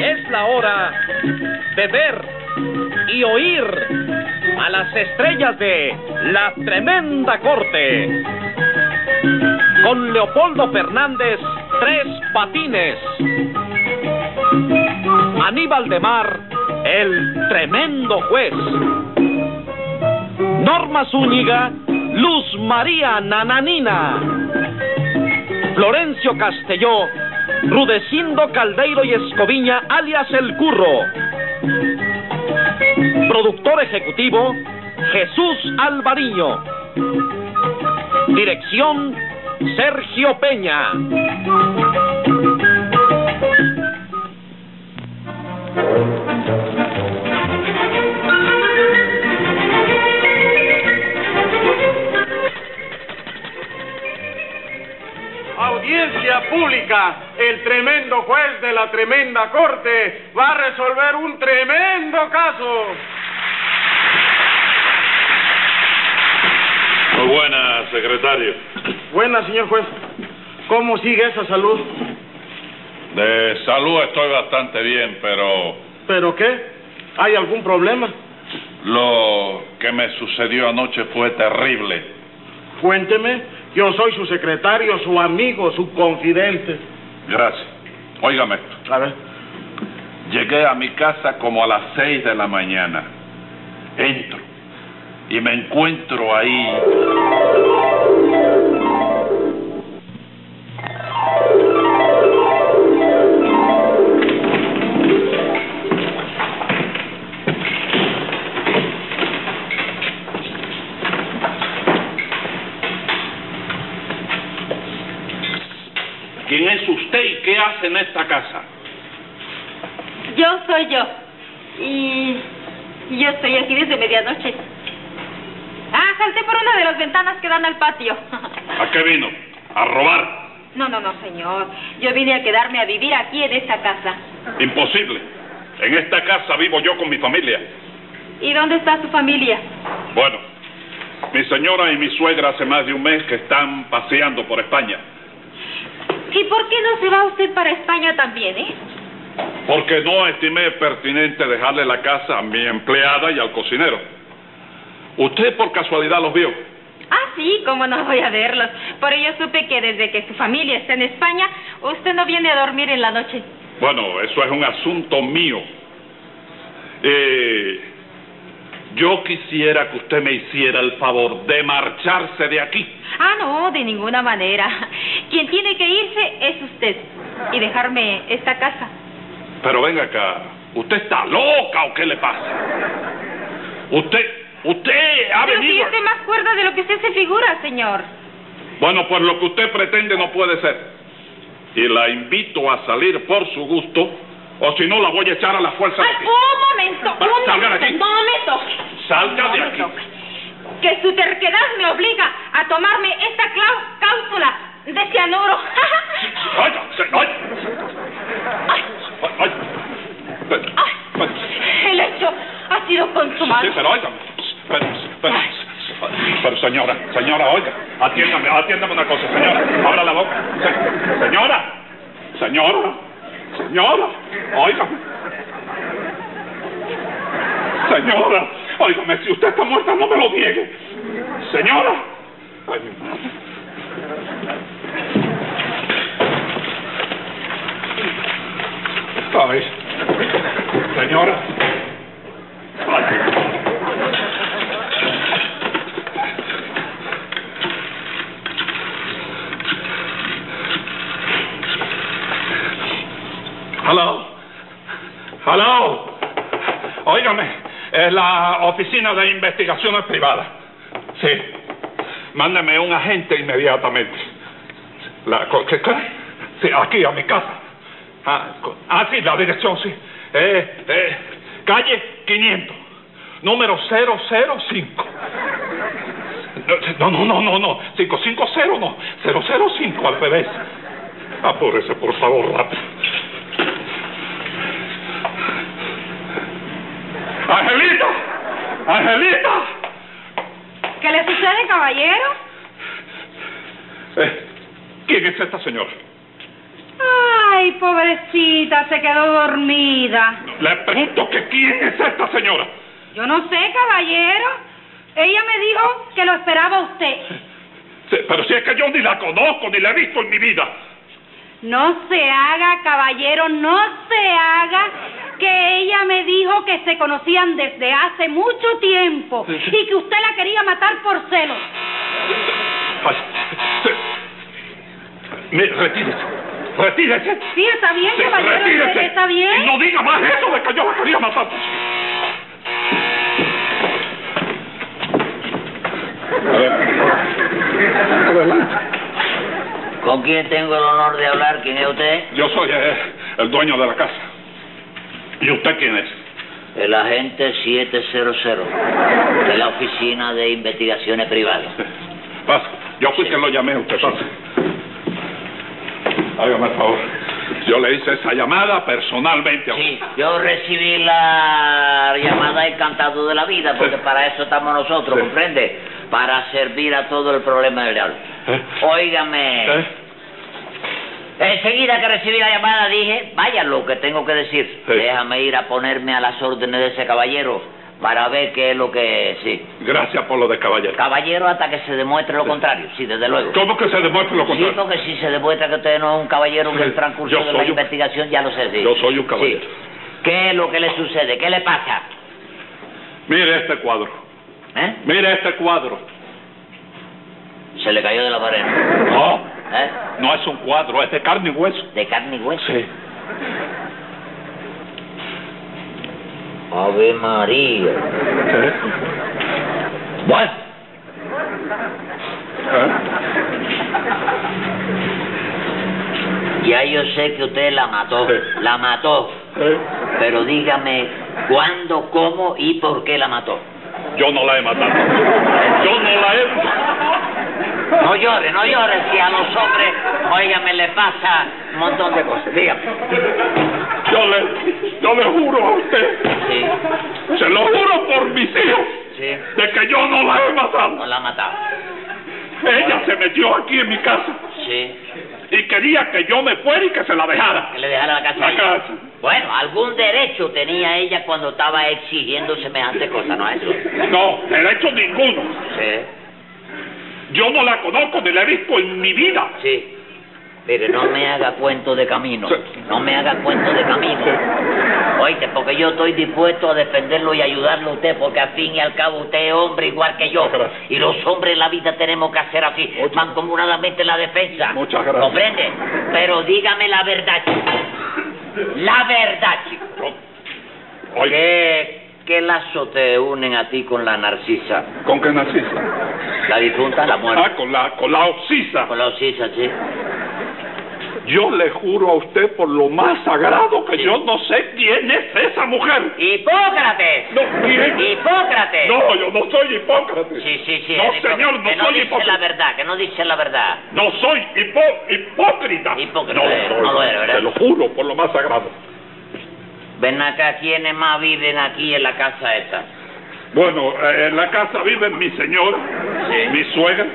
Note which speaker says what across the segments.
Speaker 1: es la hora de ver y oír a las estrellas de la tremenda corte. Con Leopoldo Fernández, tres patines. Aníbal de Mar, el tremendo juez. Norma Zúñiga, Luz María Nananina. Florencio Castelló, Rudecindo Caldeiro y Escoviña, alias El Curro. Productor ejecutivo, Jesús Alvariño. Dirección, Sergio Peña.
Speaker 2: Audiencia pública, el tremendo juez de la tremenda corte va a resolver un tremendo caso.
Speaker 3: Muy buena, secretario.
Speaker 2: Buena, señor juez. ¿Cómo sigue esa salud?
Speaker 3: De salud estoy bastante bien, pero
Speaker 2: ¿Pero qué? ¿Hay algún problema?
Speaker 3: lo que me sucedió anoche fue terrible.
Speaker 2: Cuénteme, yo soy su secretario, su amigo, su confidente.
Speaker 3: Gracias. Óigame esto.
Speaker 2: A ver,
Speaker 3: Llegué a mi casa como a las seis de la mañana. Entro y me encuentro ahí.
Speaker 4: ¿Quién es usted y qué hace en esta casa?
Speaker 5: Yo soy yo. Y, y yo estoy aquí desde medianoche. Ah, salté por una de las ventanas que dan al patio.
Speaker 4: ¿A qué vino? ¿A robar?
Speaker 5: No, no, no, señor. Yo vine a quedarme a vivir aquí en esta casa.
Speaker 4: Imposible. En esta casa vivo yo con mi familia.
Speaker 5: ¿Y dónde está su familia?
Speaker 4: Bueno, mi señora y mi suegra hace más de un mes que están paseando por España.
Speaker 5: ¿Y por qué no se va usted para España también, eh?
Speaker 4: Porque no estimé pertinente dejarle la casa a mi empleada y al cocinero. ¿Usted por casualidad los vio?
Speaker 5: Ah, sí, cómo no voy a verlos. Por ello supe que desde que su familia está en España, usted no viene a dormir en la noche.
Speaker 4: Bueno, eso es un asunto mío. Eh, yo quisiera que usted me hiciera el favor de marcharse de aquí.
Speaker 5: Ah, no, de ninguna manera. Quien tiene que irse es usted y dejarme esta casa.
Speaker 4: Pero venga acá, ¿usted está loca o qué le pasa? Usted, usted ha
Speaker 5: Pero si
Speaker 4: venido...
Speaker 5: yo estoy más cuerda de lo que usted se figura, señor.
Speaker 4: Bueno, pues lo que usted pretende no puede ser. Y la invito a salir por su gusto, o si no la voy a echar a la fuerza de
Speaker 5: Ay,
Speaker 4: aquí.
Speaker 5: un momento,
Speaker 4: Va,
Speaker 5: un
Speaker 4: salga de
Speaker 5: momento.
Speaker 4: aquí.
Speaker 5: No me toque.
Speaker 4: Salga
Speaker 5: No
Speaker 4: de
Speaker 5: me
Speaker 4: aquí.
Speaker 5: toque. Que su terquedad me obliga a tomarme esta clau- cápsula de cianuro.
Speaker 4: Oiga, se- oiga, oiga. Pero-
Speaker 5: Ay,
Speaker 4: pero-
Speaker 5: el hecho ha sido consumado.
Speaker 4: Sí, pero óigame. Pero, pero, pero, señora, señora, oiga, atiéndame, atiéndame una cosa, señora. Abra la boca. Se- señora, señora, señora, óigame. Señora, óigame, si usted está muerta, no me lo niegue. Señora. Ay, mi madre. Ay, señora. Ay, Hello. Hello. Óigame, es la oficina de investigaciones privadas. Sí. Mándeme un agente inmediatamente. La co- ¿qué- qué? Sí, aquí a mi casa. Ah, co- ah, sí, la dirección, sí. Eh, eh, calle 500, número 005. No, no, no, no, no. 550 no. 005 al revés. Apúrese, por favor, rápido. ¡Angelita! ¡Angelita!
Speaker 5: ¿Qué le sucede, caballero?
Speaker 4: Eh, ¿Quién es esta señora?
Speaker 5: Ah, Ay, pobrecita, se quedó dormida.
Speaker 4: Le pregunto que quién es esta señora.
Speaker 5: Yo no sé, caballero. Ella me dijo que lo esperaba usted.
Speaker 4: Sí, pero si es que yo ni la conozco ni la he visto en mi vida.
Speaker 5: No se haga, caballero, no se haga, que ella me dijo que se conocían desde hace mucho tiempo y que usted la quería matar por celos.
Speaker 4: Ay, sí. Mi- retírese, retírese.
Speaker 5: Sí, está bien,
Speaker 4: Sí,
Speaker 5: caballero,
Speaker 4: retírese.
Speaker 5: usted está bien.
Speaker 4: Y no diga más eso de que yo la quería matar.
Speaker 6: ¿Con quién tengo el honor de hablar? ¿Quién es usted?
Speaker 4: Yo soy eh, el dueño de la casa. ¿Y usted quién es?
Speaker 6: El agente 700 de la Oficina de Investigaciones Privadas.
Speaker 4: Pasa. Yo fui quien lo llamé a usted. Pasa. Hágame el favor. Yo le hice esa llamada personalmente a usted.
Speaker 6: Sí, yo recibí la llamada Encantado de la Vida, porque
Speaker 4: Sí.
Speaker 6: para eso estamos nosotros,
Speaker 4: Sí.
Speaker 6: ¿comprende? Para servir a todo el problema del diablo.
Speaker 4: ¿Eh?
Speaker 6: Óigame,
Speaker 4: ¿Eh?
Speaker 6: enseguida que recibí la llamada dije, vaya lo que tengo que decir.
Speaker 4: Sí.
Speaker 6: Déjame ir a ponerme a las órdenes de ese caballero para ver qué es lo que... Sí,
Speaker 4: Gracias por lo de caballero.
Speaker 6: caballero hasta que se demuestre lo contrario, sí, desde luego.
Speaker 4: ¿Cómo que se demuestra lo
Speaker 6: Sí,
Speaker 4: contrario?
Speaker 6: porque si se demuestra que usted no es un caballero en el transcurso
Speaker 4: Yo
Speaker 6: de la
Speaker 4: soy un-
Speaker 6: investigación, ya lo sé. sí.
Speaker 4: Yo soy un caballero.
Speaker 6: Sí. ¿Qué es lo que le sucede? ¿Qué le pasa?
Speaker 4: Mire este cuadro.
Speaker 6: ¿Eh?
Speaker 4: Mire este cuadro.
Speaker 6: Se le cayó de la pared.
Speaker 4: No,
Speaker 6: ¿Eh?
Speaker 4: no es un cuadro, es de carne y hueso.
Speaker 6: ¿De carne y hueso?
Speaker 4: Sí.
Speaker 6: Ave María.
Speaker 4: ¿Eh?
Speaker 6: Bueno,
Speaker 4: ¿Eh?
Speaker 6: ya yo sé que usted la mató.
Speaker 4: Sí.
Speaker 6: La mató.
Speaker 4: ¿Eh?
Speaker 6: Pero dígame, ¿cuándo, cómo y por qué la mató?
Speaker 4: Yo no la he matado. Yo no la he...
Speaker 6: No llore, no llore, si a los hombres, óigame, le pasa un montón de cosas. Dígame.
Speaker 4: Yo le, yo le juro a usted.
Speaker 6: Sí,
Speaker 4: Se lo juro por mis hijos.
Speaker 6: sí,
Speaker 4: De que yo no la he
Speaker 6: no
Speaker 4: matado.
Speaker 6: la ha matado.
Speaker 4: Ella se metió aquí en mi casa
Speaker 6: Sí,
Speaker 4: y quería que yo me fuera y que se la dejara.
Speaker 6: que le dejara la casa. a
Speaker 4: La
Speaker 6: ella.
Speaker 4: casa.
Speaker 6: Bueno, algún derecho tenía ella cuando estaba exigiendo semejante cosa, ¿no es eso?
Speaker 4: No, derecho ninguno.
Speaker 6: Sí.
Speaker 4: Yo no la conozco ni la he visto en mi vida.
Speaker 6: Sí. Mire, no me haga cuento de camino.
Speaker 4: Sí.
Speaker 6: No me haga cuento de camino. Oíste, porque yo estoy dispuesto a defenderlo y ayudarlo a usted, porque al fin y al cabo usted es hombre igual que yo.
Speaker 4: Gracias.
Speaker 6: Y los hombres en la vida tenemos que hacer así,
Speaker 4: Muchas-
Speaker 6: mancomunadamente la defensa.
Speaker 4: Muchas gracias.
Speaker 6: ¿Comprende? Pero dígame la verdad, chico. La verdad, chico.
Speaker 4: Yo- Oye,
Speaker 6: ¿Qué, qué lazo te unen a ti con la narcisa?
Speaker 4: ¿con qué narcisa?
Speaker 6: La difunta, la muerte.
Speaker 4: Ah, con la, con la oxisa.
Speaker 6: Con la narcisa, sí.
Speaker 4: Yo le juro a usted por lo más sagrado que yo no sé quién es esa mujer.
Speaker 6: ¡Hipócrates!
Speaker 4: No, mire.
Speaker 6: ¡Hipócrates!
Speaker 4: No, yo no soy hipócrata.
Speaker 6: Sí, sí, sí.
Speaker 4: No,
Speaker 6: eres
Speaker 4: señor,
Speaker 6: hipócrita.
Speaker 4: no
Speaker 6: que no
Speaker 4: soy
Speaker 6: dice la
Speaker 4: hipócrita.
Speaker 6: verdad, que no dice la verdad.
Speaker 4: No soy hipo- hipócrita.
Speaker 6: Hipócrita,
Speaker 4: No,
Speaker 6: eh,
Speaker 4: soy,
Speaker 6: no lo eres, ¿verdad?
Speaker 4: Te lo juro por lo más sagrado.
Speaker 6: Ven acá, ¿quiénes más viven aquí en la casa esta?
Speaker 4: Bueno, eh, en la casa viven mi señora,
Speaker 6: Sí.
Speaker 4: mi suegra,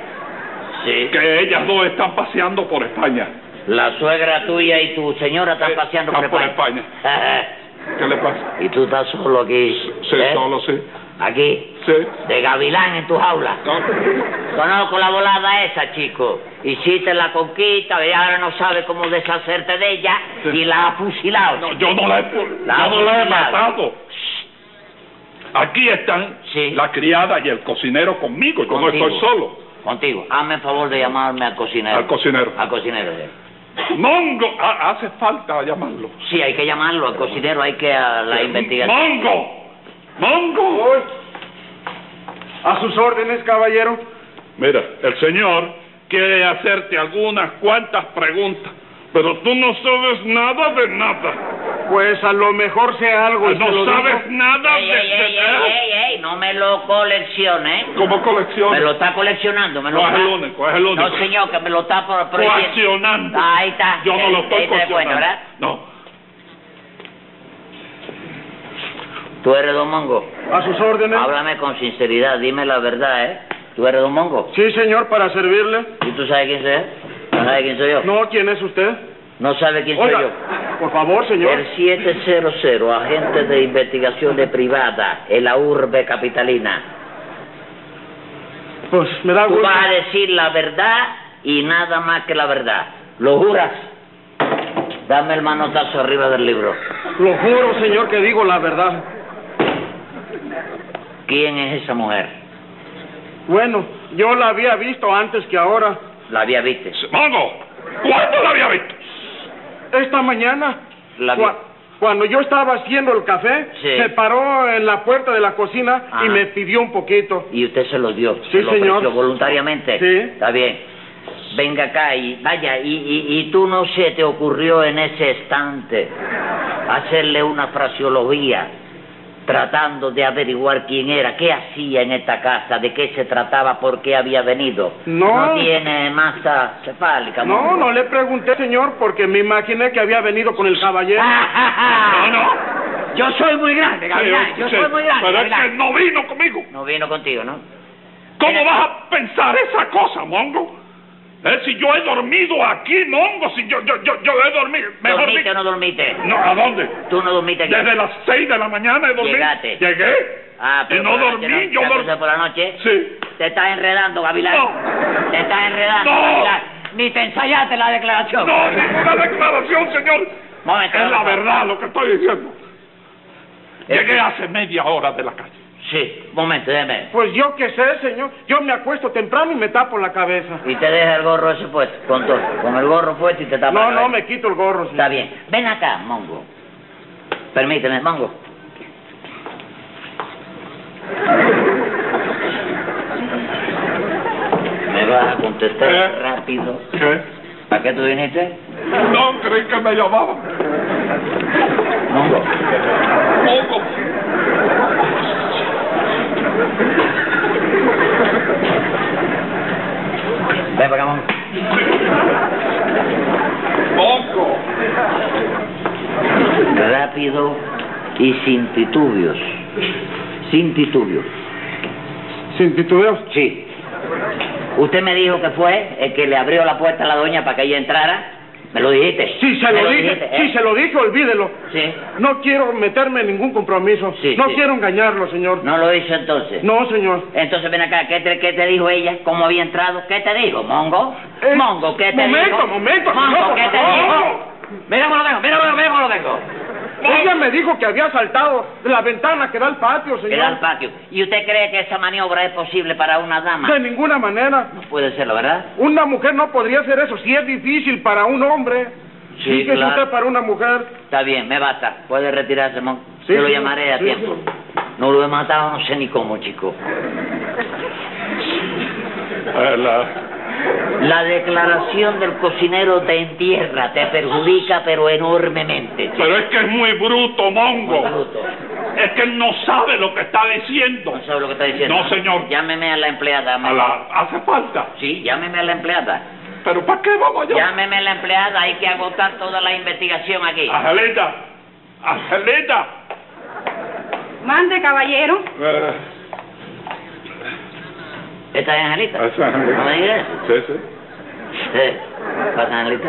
Speaker 6: Sí.
Speaker 4: que ellas dos están paseando por España.
Speaker 6: La suegra tuya y tu señora están
Speaker 4: Eh,
Speaker 6: paseando
Speaker 4: están por ¿Qué le pasa?
Speaker 6: y tú estás solo aquí.
Speaker 4: Sí,
Speaker 6: ¿eh?
Speaker 4: solo sí.
Speaker 6: Aquí,
Speaker 4: Sí.
Speaker 6: de gavilán en tu jaula.
Speaker 4: No.
Speaker 6: Conozco la volada esa, chico. Hiciste la conquista y ahora no sabes cómo deshacerte de ella
Speaker 4: Sí.
Speaker 6: y la has fusilado.
Speaker 4: No, yo no la he, pu-
Speaker 6: La
Speaker 4: yo no la he
Speaker 6: asesinado.
Speaker 4: matado. Aquí están
Speaker 6: Sí.
Speaker 4: la criada y el cocinero conmigo. Yo no
Speaker 6: Contigo.
Speaker 4: estoy solo.
Speaker 6: Contigo. Hazme el favor de llamarme al cocinero.
Speaker 4: Al cocinero.
Speaker 6: Al cocinero, sí.
Speaker 4: Mongo, Ha- hace falta llamarlo.
Speaker 6: Sí, hay que llamarlo al cocinero, hay que a la investigación.
Speaker 4: Mongo, Mongo.
Speaker 2: A sus órdenes, caballero.
Speaker 4: Mira, el señor quiere hacerte algunas cuantas preguntas, pero tú no sabes nada de nada.
Speaker 2: Pues a lo mejor sea algo y se
Speaker 4: No
Speaker 2: lo digo.
Speaker 4: sabes nada
Speaker 6: Ey,
Speaker 4: de,
Speaker 6: ey,
Speaker 4: de-
Speaker 6: ey, ey, ey, ey, no me lo coleccione, ¿eh?
Speaker 4: como colección.
Speaker 6: Me lo está coleccionando, me lo
Speaker 4: No,
Speaker 6: está...
Speaker 4: es el único, es el único.
Speaker 6: No, señor, que me lo está pro- prohibiendo.
Speaker 4: Coaccionando.
Speaker 6: Ahí está.
Speaker 4: Yo no lo estoy
Speaker 6: Ahí te das
Speaker 4: coaccionando.
Speaker 6: cuenta, ¿verdad?
Speaker 4: No.
Speaker 6: Tú eres Don Mongo.
Speaker 2: A sus órdenes.
Speaker 6: Háblame con sinceridad, dime la verdad, ¿eh? Tú eres Don Mongo.
Speaker 2: Sí, señor, para servirle.
Speaker 6: ¿Y tú sabes quién soy? yo? eh? ¿No sabes quién soy yo?
Speaker 2: No, ¿quién es usted?
Speaker 6: No sabe quién soy yo.
Speaker 2: Oiga, por favor, señor.
Speaker 6: El 700, agente de investigaciones privadas en la urbe capitalina.
Speaker 2: Pues me da
Speaker 6: Tú
Speaker 2: gusto.
Speaker 6: vas a decir la verdad y nada más que la verdad. ¿Lo juras? Dame el manotazo arriba del libro.
Speaker 2: Lo juro, señor, que digo la verdad.
Speaker 6: ¿Quién es esa mujer?
Speaker 2: Bueno, yo la había visto antes que ahora.
Speaker 6: ¿La había visto?
Speaker 4: ¡Mongo! ¿Cuándo la había visto?
Speaker 2: Esta mañana,
Speaker 6: La vi-
Speaker 2: cua- cuando yo estaba haciendo el café,
Speaker 6: Sí.
Speaker 2: se paró en la puerta de la cocina
Speaker 6: Ajá.
Speaker 2: y me pidió un poquito.
Speaker 6: Y usted se lo dio.
Speaker 2: Sí,
Speaker 6: se lo ofreció
Speaker 2: señor.
Speaker 6: voluntariamente.
Speaker 2: Sí.
Speaker 6: Está bien. Venga acá y vaya, y, y, y tú no se te ocurrió en ese instante hacerle una fraseología tratando de averiguar quién era, qué hacía en esta casa, de qué se trataba, por qué había venido.
Speaker 2: No.
Speaker 6: No tiene masa cefálica.
Speaker 2: No,
Speaker 6: mono.
Speaker 2: no le pregunté, señor, porque me imaginé que había venido con el caballero.
Speaker 6: Ah. No,
Speaker 4: no.
Speaker 6: Yo soy muy grande, Gavilán. Yo
Speaker 4: Sí,
Speaker 6: soy muy grande.
Speaker 4: Pero es que
Speaker 6: Gavilán.
Speaker 4: no vino conmigo.
Speaker 6: No vino contigo, ¿no?
Speaker 4: ¿Cómo vas a pensar esa cosa, Mongo? Es si yo he dormido aquí, Mongo, si yo, yo, yo, yo he dormido. Mejor
Speaker 6: ¿Dormiste o
Speaker 4: dicho-
Speaker 6: no dormiste?
Speaker 4: No, ¿a dónnde?
Speaker 6: Tú no dormiste aquí.
Speaker 4: Desde las seis de la mañana he dormido.
Speaker 6: Llegaste.
Speaker 4: Llegué.
Speaker 6: Ah, pero
Speaker 4: y no
Speaker 6: por la noche
Speaker 4: dormí,
Speaker 6: no,
Speaker 4: yo
Speaker 6: la
Speaker 4: dormí.
Speaker 6: cosa por la noche.
Speaker 4: Sí.
Speaker 6: Te estás enredando, Gavilán.
Speaker 4: No.
Speaker 6: Te estás enredando,
Speaker 4: No.
Speaker 6: Gavilán. Ni te ensayaste la declaración.
Speaker 4: No, ninguna declaración, señor.
Speaker 6: Momento,
Speaker 4: es la
Speaker 6: momento.
Speaker 4: verdad lo que estoy diciendo.
Speaker 6: Eh,
Speaker 4: Llegué hace media hora de la calle.
Speaker 6: Sí, un momento, déjeme.
Speaker 2: Pues yo qué sé, señor. Yo me acuesto temprano y me tapo la cabeza.
Speaker 6: Y te deja el gorro ese puesto, con, todo, con el gorro puesto y te tapa
Speaker 2: No,
Speaker 6: la cabeza.
Speaker 2: no, me quito el gorro, señor.
Speaker 6: eh. Está bien. Ven acá, Mongo. Permíteme, Mongo. Me vas a contestar
Speaker 4: Eh.
Speaker 6: rápido.
Speaker 4: ¿Qué?
Speaker 6: ¿A qué tú viniste?
Speaker 4: No creí que me llamaban.
Speaker 6: Mongo.
Speaker 4: Mongo.
Speaker 6: Ven para acá, Mongo.
Speaker 4: Mongo.
Speaker 6: rápido y sin titubios. Sin titubios.
Speaker 2: Sin titubeos.
Speaker 6: Sí. Usted me dijo que fue el que le abrió la puerta a la doña para que ella entrara. ¿Me lo dijiste?
Speaker 2: Sí, se
Speaker 6: ¿Me
Speaker 2: lo dije.
Speaker 6: dijiste,
Speaker 2: Sí,
Speaker 6: eh?
Speaker 2: se lo dije, olvídelo.
Speaker 6: Sí.
Speaker 2: No quiero meterme en ningún compromiso.
Speaker 6: Sí,
Speaker 2: no
Speaker 6: sí.
Speaker 2: quiero engañarlo, señor.
Speaker 6: ¿No lo hizo entonces?
Speaker 2: No, señor.
Speaker 6: Entonces ven acá, ¿qué te, qué te dijo ella? ¿Cómo había entrado? ¿Qué te dijo, Mongo?
Speaker 2: Eh,
Speaker 6: Mongo, ¿qué te
Speaker 2: momento,
Speaker 6: dijo?
Speaker 2: momento,
Speaker 6: Mongo,
Speaker 2: señor,
Speaker 6: ¿qué
Speaker 2: por
Speaker 6: te
Speaker 2: favor.
Speaker 6: dijo? Eh. Mira cómo lo tengo, mira cómo, mira cómo lo tengo.
Speaker 2: Ella me dijo que había saltado de la ventana que da al patio, señor.
Speaker 6: Queda al patio. ¿Y usted cree que esa maniobra es posible para una dama?
Speaker 2: De ninguna manera.
Speaker 6: No puede serlo, ¿verdad?
Speaker 2: Una mujer no podría hacer eso. Si es difícil para un hombre,
Speaker 6: Sí,
Speaker 2: que es
Speaker 6: claro.
Speaker 2: usted para una mujer.
Speaker 6: Está bien, me basta. Puede retirarse, Mon.
Speaker 2: Sí,
Speaker 6: Yo lo
Speaker 2: sí,
Speaker 6: llamaré a
Speaker 2: sí,
Speaker 6: tiempo.
Speaker 2: sí.
Speaker 6: No lo he matado, no sé ni cómo, chico.
Speaker 4: eh,
Speaker 6: La declaración del cocinero te entierra, te perjudica, pero enormemente. chico.
Speaker 4: Pero es que es muy bruto, Mongo.
Speaker 6: Muy bruto.
Speaker 4: Es que él no sabe lo que está diciendo.
Speaker 6: No sabe lo que está diciendo.
Speaker 4: No, señor.
Speaker 6: Llámeme a la empleada.
Speaker 4: A la- hace falta.
Speaker 6: Sí, llámeme a la empleada.
Speaker 4: ¿Pero para qué vamos allá?
Speaker 6: Llámeme a la empleada, hay que agotar toda la investigación aquí.
Speaker 4: Ah. Angelita. Angelita.
Speaker 5: Mande, caballero.
Speaker 4: Eh,
Speaker 6: ¿Esta es Angelita?
Speaker 4: esa es
Speaker 6: ¿No me digas?
Speaker 4: Angelita. Sí, sí.
Speaker 6: Eh, ¿Pasa, Angelita?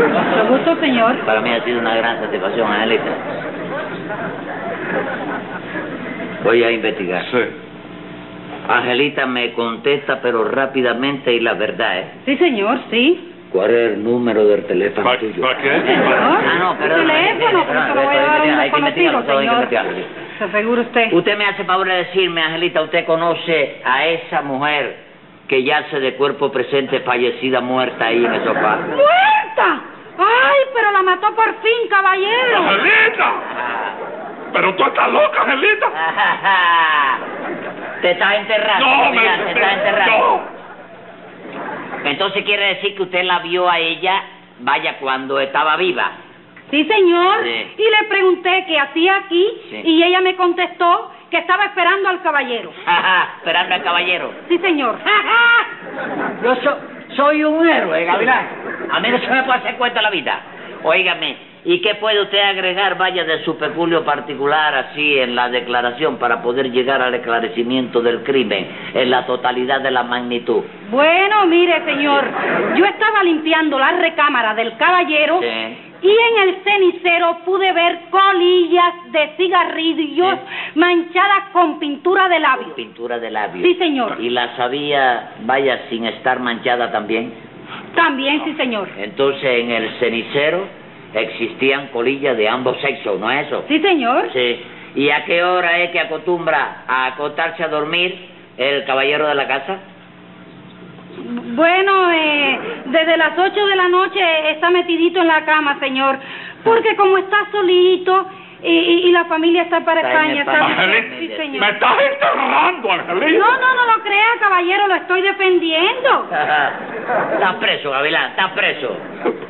Speaker 5: Mucho gusto, señor.
Speaker 6: Para mí ha sido una gran satisfacción, Angelita. Voy a investigar.
Speaker 4: Sí.
Speaker 6: Angelita me contesta, pero rápidamente y la verdad ¿eh? es.
Speaker 5: Sí, señor, sí.
Speaker 6: ¿Cuál es el número del teléfono
Speaker 4: ¿Para
Speaker 6: tuyo?
Speaker 4: qué? Pa-
Speaker 6: Ah, no, perdón.
Speaker 5: Teléfono, pero se lo voy a dar a un
Speaker 6: Hay que investigarlo, todo hay
Speaker 5: desconocido,
Speaker 6: que investigarlo.
Speaker 5: señor. Se asegura usted.
Speaker 6: Usted me hace favor de decirme, Angelita, ¿usted conoce a esa mujer que yace de cuerpo presente, fallecida, muerta ahí en el sofá?
Speaker 5: ¡Muerta! ¡Ay, pero la mató por fin, caballero!
Speaker 4: ¡Angelita! Pero tú estás loca, Angelita.
Speaker 6: Te estás enterrando.
Speaker 4: No,
Speaker 6: mira,
Speaker 4: me,
Speaker 6: te estás
Speaker 4: me-
Speaker 6: enterrando.
Speaker 4: no.
Speaker 6: Entonces quiere decir que usted la vio a ella, vaya, cuando estaba viva.
Speaker 5: Sí, señor.
Speaker 6: Sí.
Speaker 5: Y le pregunté qué hacía aquí
Speaker 6: Sí.
Speaker 5: y ella me contestó que estaba esperando al caballero.
Speaker 6: Ajá, esperando al caballero.
Speaker 5: Sí, señor.
Speaker 6: Yo so- soy un héroe, Gavilán. A mí no se me puede hacer cuenta la vida. Óigame, ¿y qué puede usted agregar, vaya, de su peculio particular así en la declaración para poder llegar al esclarecimiento del crimen en la totalidad de la magnitud?
Speaker 5: Bueno, mire, señor, yo estaba limpiando la recámara del caballero
Speaker 6: Sí.
Speaker 5: y en el cenicero pude ver colillas de cigarrillos manchadas con pintura de labios.
Speaker 6: Pintura de labios.
Speaker 5: Sí, señor.
Speaker 6: ¿Y la sabía, vaya, sin estar manchada también?
Speaker 5: También, sí, señor.
Speaker 6: Entonces, en el cenicero existían colillas de ambos sexos, ¿no es eso?
Speaker 5: Sí, señor.
Speaker 6: Sí. ¿Y a qué hora es que acostumbra a acostarse a dormir el caballero de la casa?
Speaker 5: Bueno, eh, desde las 8 de la noche está metidito en la cama, señor, porque como está solito y, y- y la familia está para
Speaker 6: Está en
Speaker 5: España, ¿sabe usted?
Speaker 6: España.
Speaker 5: Sí, señor.
Speaker 4: ¡Me estás enterrando, Angelito!
Speaker 5: No, no, no lo crea, caballero, lo estoy defendiendo.
Speaker 6: ¿Eh? está preso, Gavilán, está preso.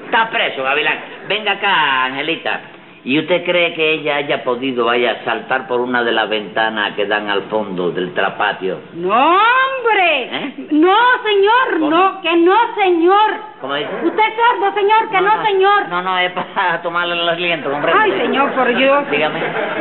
Speaker 6: Está preso, Gavilán. Venga acá, Angelita. ¿Y usted cree que ella haya podido, vaya, saltar por una de las ventanas que dan al fondo del trapatio?
Speaker 5: No, hombre.
Speaker 6: ¿Eh?
Speaker 5: No, señor,
Speaker 6: ¿Cómo?
Speaker 5: no, que no, señor.
Speaker 6: ¿Cómo dice?
Speaker 5: Usted es sordo, señor, que no, señor.
Speaker 6: No, no, es para tomarle el aliento, hombre.
Speaker 5: Ay, señor, por Dios.
Speaker 6: Dígame.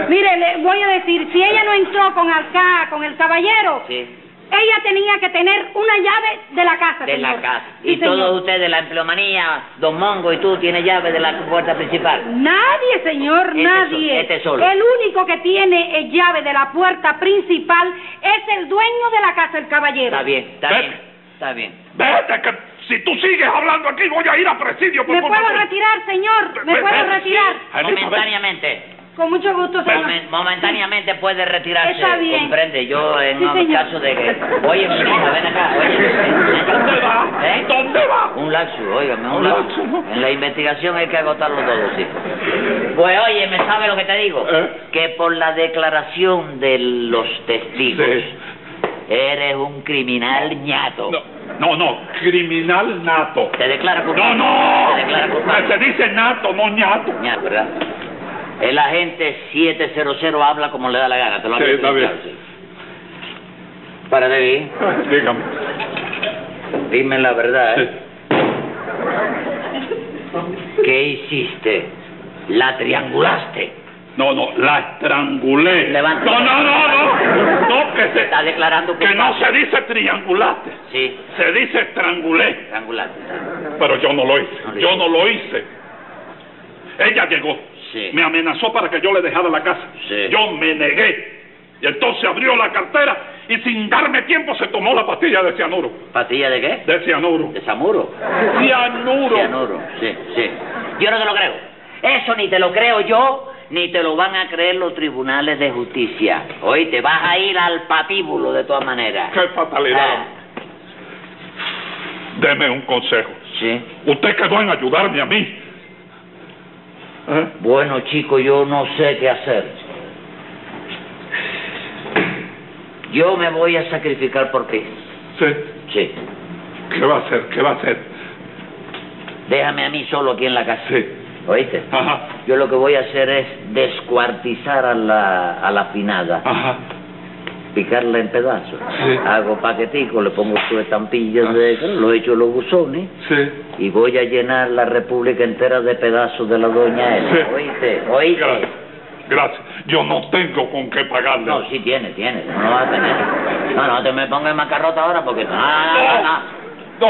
Speaker 5: Mire, le voy a decir, si ella no entró con acá, con el caballero,
Speaker 6: Sí.
Speaker 5: ella tenía que tener una llave de la casa,
Speaker 6: De la
Speaker 5: Ah, señor.
Speaker 6: casa.
Speaker 5: Sí,
Speaker 6: y todos
Speaker 5: señor.
Speaker 6: ustedes, la empleomanía, Don Mongo y tú, tiene llave de la puerta principal.
Speaker 5: Nadie, señor,
Speaker 6: Este
Speaker 5: nadie.
Speaker 6: sol- este solo.
Speaker 5: El único que tiene eh, llave de la puerta principal es el dueño de la casa, el caballero.
Speaker 6: Está bien, está
Speaker 4: Vete.
Speaker 6: bien, está bien.
Speaker 4: Vete, que si tú sigues hablando aquí voy a ir a presidio por
Speaker 5: ¿Me
Speaker 4: culpa
Speaker 5: puedo
Speaker 4: tuya.
Speaker 5: retirar, señor? ¿Me
Speaker 4: Ve-
Speaker 5: puedo
Speaker 4: vete,
Speaker 5: retirar?
Speaker 4: sí. Angelita, vete.
Speaker 6: Momentáneamente.
Speaker 5: Con mucho gusto, señor.
Speaker 6: Momen- momentáneamente puede retirarse.
Speaker 5: Está bien.
Speaker 6: Comprende, yo en
Speaker 5: Sí,
Speaker 6: un
Speaker 5: señor.
Speaker 6: caso de que. Oye, mi hija, ven acá. Oye,
Speaker 4: ¿Dónde va?
Speaker 6: ¿Eh?
Speaker 4: ¿Dónde va?
Speaker 6: Un laxo, óigame, un
Speaker 4: Un
Speaker 6: laxo.
Speaker 4: lapsus, ¿no?
Speaker 6: En la investigación hay que agotarlo todo, sí. Pues oye, ¿me sabe lo que te digo?
Speaker 4: ¿Eh?
Speaker 6: Que por la declaración de los testigos,
Speaker 4: Sí.
Speaker 6: eres un criminal ñato.
Speaker 4: No, no, no, criminal nato.
Speaker 6: Te declaro
Speaker 4: No,
Speaker 6: culpable.
Speaker 4: no.
Speaker 6: Te declaro culpable.
Speaker 4: Se dice nato, no ñato.
Speaker 6: Ñato, ¿verdad? El agente 700 habla como le da la gana, te lo
Speaker 4: Sí,
Speaker 6: advierto,
Speaker 4: está bien.
Speaker 6: claro, sí. Párate ahí.
Speaker 4: Dígame.
Speaker 6: Dime la verdad, ¿eh? ¿Qué hiciste? ¿La triangulaste?
Speaker 4: No, no, la estrangulé.
Speaker 6: Levanta.
Speaker 4: No, no, no, no. No, que se,
Speaker 6: Está declarando
Speaker 4: que no
Speaker 6: culpable.
Speaker 4: se dice triangulaste.
Speaker 6: Sí,
Speaker 4: Se dice estrangulé.
Speaker 6: triangulaste.
Speaker 4: Pero yo no lo hice.
Speaker 6: No lo
Speaker 4: Yo
Speaker 6: hice.
Speaker 4: no lo hice. Ella llegó.
Speaker 6: Sí.
Speaker 4: Me amenazó para que yo le dejara la casa.
Speaker 6: Sí.
Speaker 4: Yo me negué. Y entonces abrió la cartera y sin darme tiempo se tomó la pastilla de cianuro.
Speaker 6: ¿Patilla de qué?
Speaker 4: De cianuro.
Speaker 6: De Samuro.
Speaker 4: Cianuro.
Speaker 6: Cianuro, sí, sí. Yo no te lo creo. Eso ni te lo creo yo, ni te lo van a creer los tribunales de justicia. Hoy te vas a ir al patíbulo de todas maneras.
Speaker 4: Qué fatalidad. Deme un consejo.
Speaker 6: Ah, sí.
Speaker 4: Usted quedó en ayudarme a mí. ¿Eh?
Speaker 6: Bueno, chico, yo no sé qué hacer. Yo me voy a sacrificar por ti.
Speaker 4: Sí.
Speaker 6: Sí.
Speaker 4: ¿Qué va a hacer? ¿Qué va a hacer?
Speaker 6: Déjame a mí solo aquí en la casa.
Speaker 4: Sí.
Speaker 6: ¿Oíste?
Speaker 4: Ajá.
Speaker 6: Yo lo que voy a hacer es descuartizar a la, a la finada,
Speaker 4: Ajá.
Speaker 6: picarla en pedazos.
Speaker 4: Ah. Sí. Ah.
Speaker 6: Hago paquetico, le pongo su estampilla de lo echo en los buzones
Speaker 4: Sí.
Speaker 6: y voy a llenar la república entera de pedazos de la doña Elena.
Speaker 4: Sí.
Speaker 6: ¿Oíste? ¿Oíste?
Speaker 4: Gracias. Gracias. Yo no tengo con qué pagarle.
Speaker 6: No, sí tiene, tiene. No lo va a tener. No, no te me pongas en macarrota ahora porque no, no, no, no, no.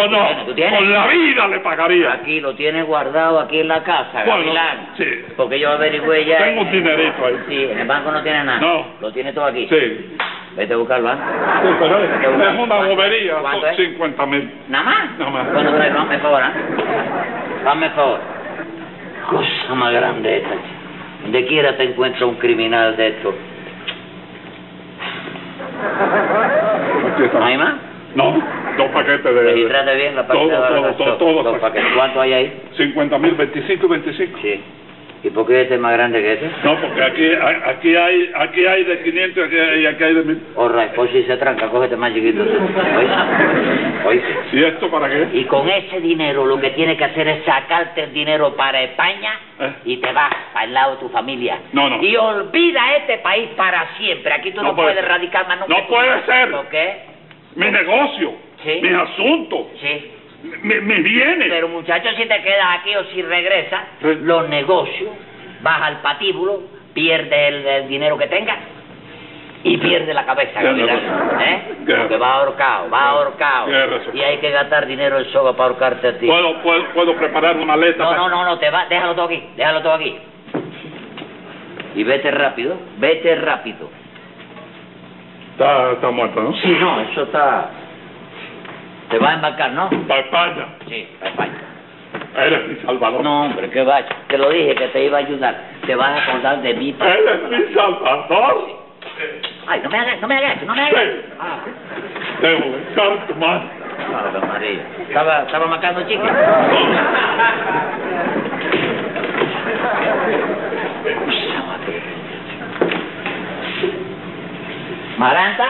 Speaker 4: No, no.
Speaker 6: Tú tienes, tú tienes.
Speaker 4: Con la vida le pagaría.
Speaker 6: Aquí lo tiene guardado aquí en la casa,
Speaker 4: Bueno,
Speaker 6: Gavilán.
Speaker 4: sí.
Speaker 6: Porque yo averigüé ya. eh,
Speaker 4: Tengo un dinerito ahí.
Speaker 6: Sí, en el banco no tiene nada.
Speaker 4: No.
Speaker 6: Lo tiene todo aquí.
Speaker 4: Sí. sí
Speaker 6: Vete a buscarlo, ¿ah?
Speaker 4: pero
Speaker 6: Vete a buscarlo.
Speaker 4: es, es una
Speaker 6: ¿Cuánto-
Speaker 4: bobería.
Speaker 6: ¿Cuánto
Speaker 4: Son
Speaker 6: es?
Speaker 4: 50 mil.
Speaker 6: ¿Nada más?
Speaker 4: Nada más.
Speaker 6: Bueno, pero hazme el favor, ¿ah? Hazme el favor. Cosa más grande esta. Donde quiera te encuentra un criminal de estos. ¿No hay más?
Speaker 4: No, dos paquetes de.
Speaker 6: Registrate bien la
Speaker 4: Todo,
Speaker 6: partida de
Speaker 4: todo,
Speaker 6: ahora,
Speaker 4: todo,
Speaker 6: todo,
Speaker 4: todo,
Speaker 6: todo, para que- ¿Cuánto hay ahí?
Speaker 4: 50 mil, 25 y 25.
Speaker 6: Sí. ¿Y por qué este es más grande que este?
Speaker 4: No, porque aquí, a- aquí, hay, aquí hay de 500 y aquí hay, y aquí hay de 1000.
Speaker 6: Orra, por si se tranca, cógete más chiquito. ¿Oíste? ¿Oíste?
Speaker 4: ¿Y esto para qué?
Speaker 6: Y con ese dinero lo que tienes que hacer es sacarte el dinero para España
Speaker 4: ¿Eh?
Speaker 6: y te vas para el lado de tu familia.
Speaker 4: No, no.
Speaker 6: Y olvida este país para siempre. Aquí tú no,
Speaker 4: No puede
Speaker 6: puedes
Speaker 4: ser.
Speaker 6: radicar más nunca.
Speaker 4: No
Speaker 6: tu-
Speaker 4: puede ser.
Speaker 6: ¿Lo qué?
Speaker 4: Mi negocio,
Speaker 6: Sí.
Speaker 4: mis asuntos.
Speaker 6: Sí.
Speaker 7: me, me viene.
Speaker 6: Pero muchacho, si te quedas aquí o si regresas,
Speaker 7: Re-
Speaker 6: los negocios, vas al patíbulo, pierdes el, el dinero que tengas y pierdes la cabeza,
Speaker 7: Claro.
Speaker 6: capitán, ¿eh?
Speaker 7: Claro.
Speaker 6: Porque vas ahorcado, vas ahorcado.
Speaker 7: Tienes razón.
Speaker 6: Y hay que gastar dinero en soga para ahorcarte a ti.
Speaker 7: ¿Puedo, puedo, puedo preparar una maleta?
Speaker 6: No,
Speaker 7: para-
Speaker 6: no, no, no, te va, déjalo todo aquí, déjalo todo aquí. Y vete rápido, vete rápido.
Speaker 7: Está, está muerto, ¿no?
Speaker 6: Sí, no, eso está... Te va a embarcar, ¿no?
Speaker 7: Para España.
Speaker 6: Sí, perfecto.
Speaker 7: Eres mi salvador.
Speaker 6: No, hombre, que va. Te lo dije que te iba a ayudar. Te vas a acordar de mí.
Speaker 7: Eres mi salvador.
Speaker 6: Ay, no me hagas, no me hagas, no me hagas.
Speaker 7: Sí.
Speaker 6: Ah,
Speaker 7: Debo besar tu mano.
Speaker 6: Ave María. Estaba, estaba marcando chicas. Maranta,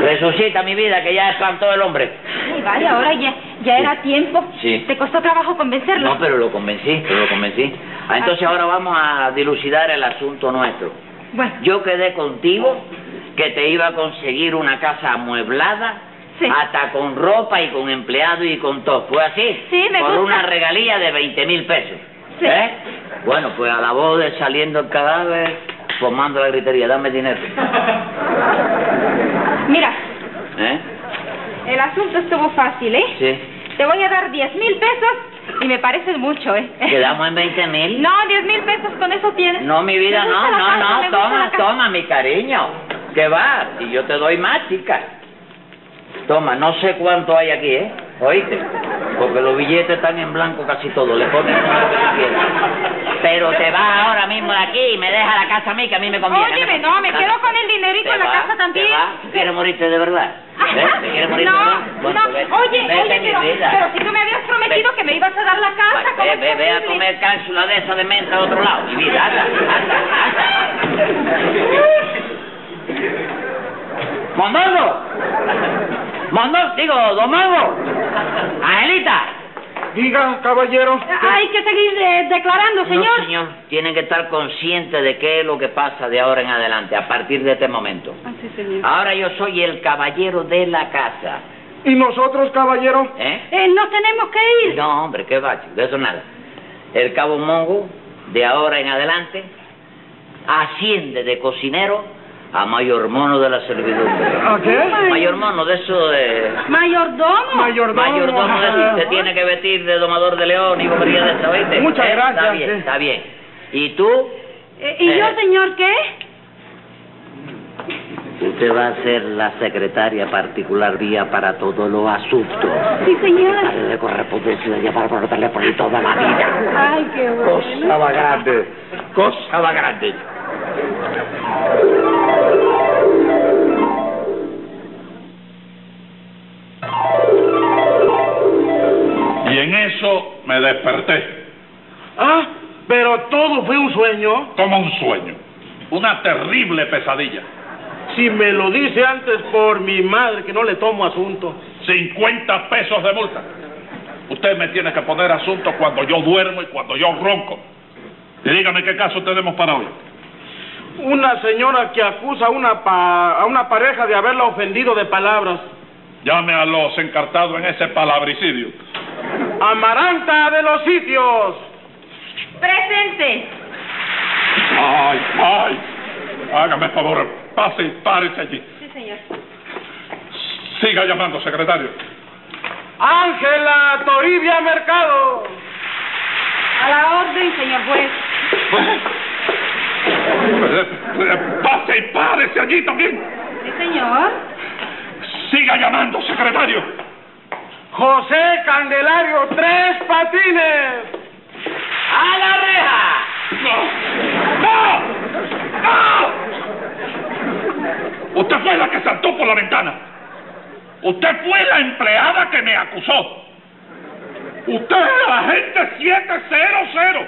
Speaker 6: resucita mi vida que ya espantó el hombre.
Speaker 5: Ay, vale, ahora ya, ya era tiempo.
Speaker 6: Sí.
Speaker 5: Te costó trabajo convencerlo.
Speaker 6: No, pero lo convencí, pero lo convencí. Ah, entonces ahora vamos a dilucidar el asunto nuestro.
Speaker 5: Bueno,
Speaker 6: Yo quedé contigo que te iba a conseguir una casa amueblada,
Speaker 5: Sí.
Speaker 6: hasta con ropa y con empleado y con todo. ¿Fue así?
Speaker 5: Sí, me
Speaker 6: Por
Speaker 5: gusta.
Speaker 6: una regalía de 20 mil pesos.
Speaker 5: Sí.
Speaker 6: ¿Eh? Bueno, pues a la voz de saliendo el cadáver, formando la gritería, dame dinero.
Speaker 5: mira,
Speaker 6: ¿Eh?
Speaker 5: el asunto estuvo fácil, ¿eh?
Speaker 6: Sí.
Speaker 5: Te voy a dar 10 mil pesos y me parece mucho, ¿eh?
Speaker 6: ¿Quedamos en 20 mil?
Speaker 5: No, 10 mil pesos con eso tienes.
Speaker 6: No, mi vida,
Speaker 5: Me
Speaker 6: no,
Speaker 5: gusta la
Speaker 6: no,
Speaker 5: casa, me
Speaker 6: no,
Speaker 5: gusta la
Speaker 6: toma,
Speaker 5: casa.
Speaker 6: toma, mi cariño. ¿Qué va? Y yo te doy más, chica. Toma, no sé cuánto hay aquí, ¿eh? ¿Oíste? Porque los billetes están en blanco casi todos, le ponen el número que quieras. Pero te vas ahora mismo de aquí y me deja la casa a mí, que a mí me conviene.
Speaker 5: Óyeme, no, me quedo con el dinero y
Speaker 6: ¿Te
Speaker 5: con la
Speaker 6: vas?
Speaker 5: casa también.
Speaker 6: ¿Te vas? ¿Tú quieres morirte de verdad? ¿Eh? ¿Te quieres morir de verdad?
Speaker 5: No,
Speaker 6: Bueno,
Speaker 5: no,
Speaker 6: pues vete.
Speaker 5: oye,
Speaker 6: Vete,
Speaker 5: oye,
Speaker 6: mi
Speaker 5: pero,
Speaker 6: vida.
Speaker 5: pero si tú me habías prometido que me ibas a dar la casa, ¿cómo
Speaker 6: Ve,
Speaker 5: es
Speaker 6: ve, ve a
Speaker 5: posible?
Speaker 6: comer cápsula de esa de menta a otro lado. Mi vida, anda, anda, anda. ¡Mondongo! ¡Mondongo! Digo, Domango. ¡Angelita!
Speaker 2: Diga, caballero.
Speaker 5: Hay que seguir eh, declarando, señor.
Speaker 6: No, señor. Tienen que estar conscientes de qué es lo que pasa de ahora en adelante, a partir de este momento.
Speaker 5: Ah, sí, señor.
Speaker 6: Ahora yo soy el caballero de la casa.
Speaker 2: ¿Y nosotros, caballero?
Speaker 6: ¿Eh?
Speaker 5: Eh, nos tenemos que ir.
Speaker 6: No, hombre, qué bache, de eso nada. El cabo Mongo, de ahora en adelante, asciende de cocinero a mayor mono de la servidumbre.
Speaker 2: ¿A qué?
Speaker 6: Mayor mono de eso de...
Speaker 5: Mayordomo.
Speaker 2: Mayordomo.
Speaker 6: Mayordomo de eso,
Speaker 2: Ah.
Speaker 6: se tiene que vestir de domador de león y comería de esa, ¿oíste?
Speaker 2: Muchas
Speaker 6: Está
Speaker 2: gracias,
Speaker 6: bien,
Speaker 2: sí.
Speaker 6: está bien. ¿Y tú?
Speaker 5: Eh, ¿Y yo,
Speaker 6: Eh.
Speaker 5: señor, qué?
Speaker 6: Usted va a ser la secretaria particular vía para todos los asuntos.
Speaker 5: Sí, señor.
Speaker 6: Dale de correspondencia, de llamar por teléfono y toda la vida.
Speaker 5: Ay, qué bueno.
Speaker 6: va grande, cosa va grande.
Speaker 4: Y en eso me desperté,
Speaker 2: Ah, pero todo fue un sueño.
Speaker 4: como un sueño, una terrible pesadilla.
Speaker 2: Si me lo dice antes por mi madre que no le tomo asunto.
Speaker 4: 50 pesos de multa. Usted me tiene que poner asunto cuando yo duermo y cuando yo ronco. Y dígame qué caso tenemos para hoy.
Speaker 2: Una señora que acusa a una, pa- a una pareja de haberla ofendido de palabras.
Speaker 4: Llame a los encartados en ese palabricidio.
Speaker 2: Amaranta de los sitios.
Speaker 5: Presente.
Speaker 4: Ay, ay. Hágame el favor, pase y párese allí.
Speaker 5: Sí, señor.
Speaker 4: Siga llamando, secretario.
Speaker 2: Ángela Toribia Mercado.
Speaker 5: A la orden, señor juez.
Speaker 4: Eh, Pase y párese allí también.
Speaker 5: Sí, señor.
Speaker 4: Siga llamando, secretario.
Speaker 2: José Candelario Tres Patines.
Speaker 6: ¡A la reja!
Speaker 4: ¡No! ¡No! ¡No! Usted fue la que saltó por la ventana. Usted fue la empleada que me acusó. Usted es la agente 700.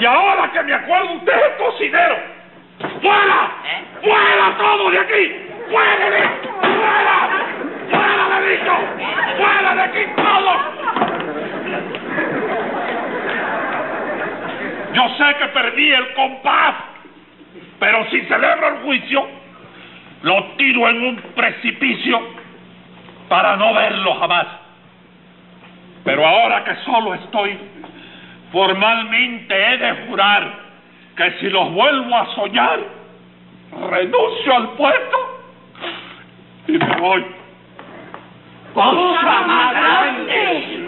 Speaker 4: Y ahora que me acuerdo, usted es cocinero. ¡Fuera!
Speaker 6: ¿Eh?
Speaker 4: ¡Fuera todo de aquí! ¡Fuera de ¡Fuera! ¡Fuera de dicho! ¡Fuera de aquí todos! Yo sé que perdí el compás, pero si celebro el juicio, lo tiro en un precipicio para no verlo jamás. Pero ahora que solo estoy, formalmente he de jurar que si los vuelvo a soñar, renuncio al puesto y me voy.
Speaker 5: ¡Cosa más grande!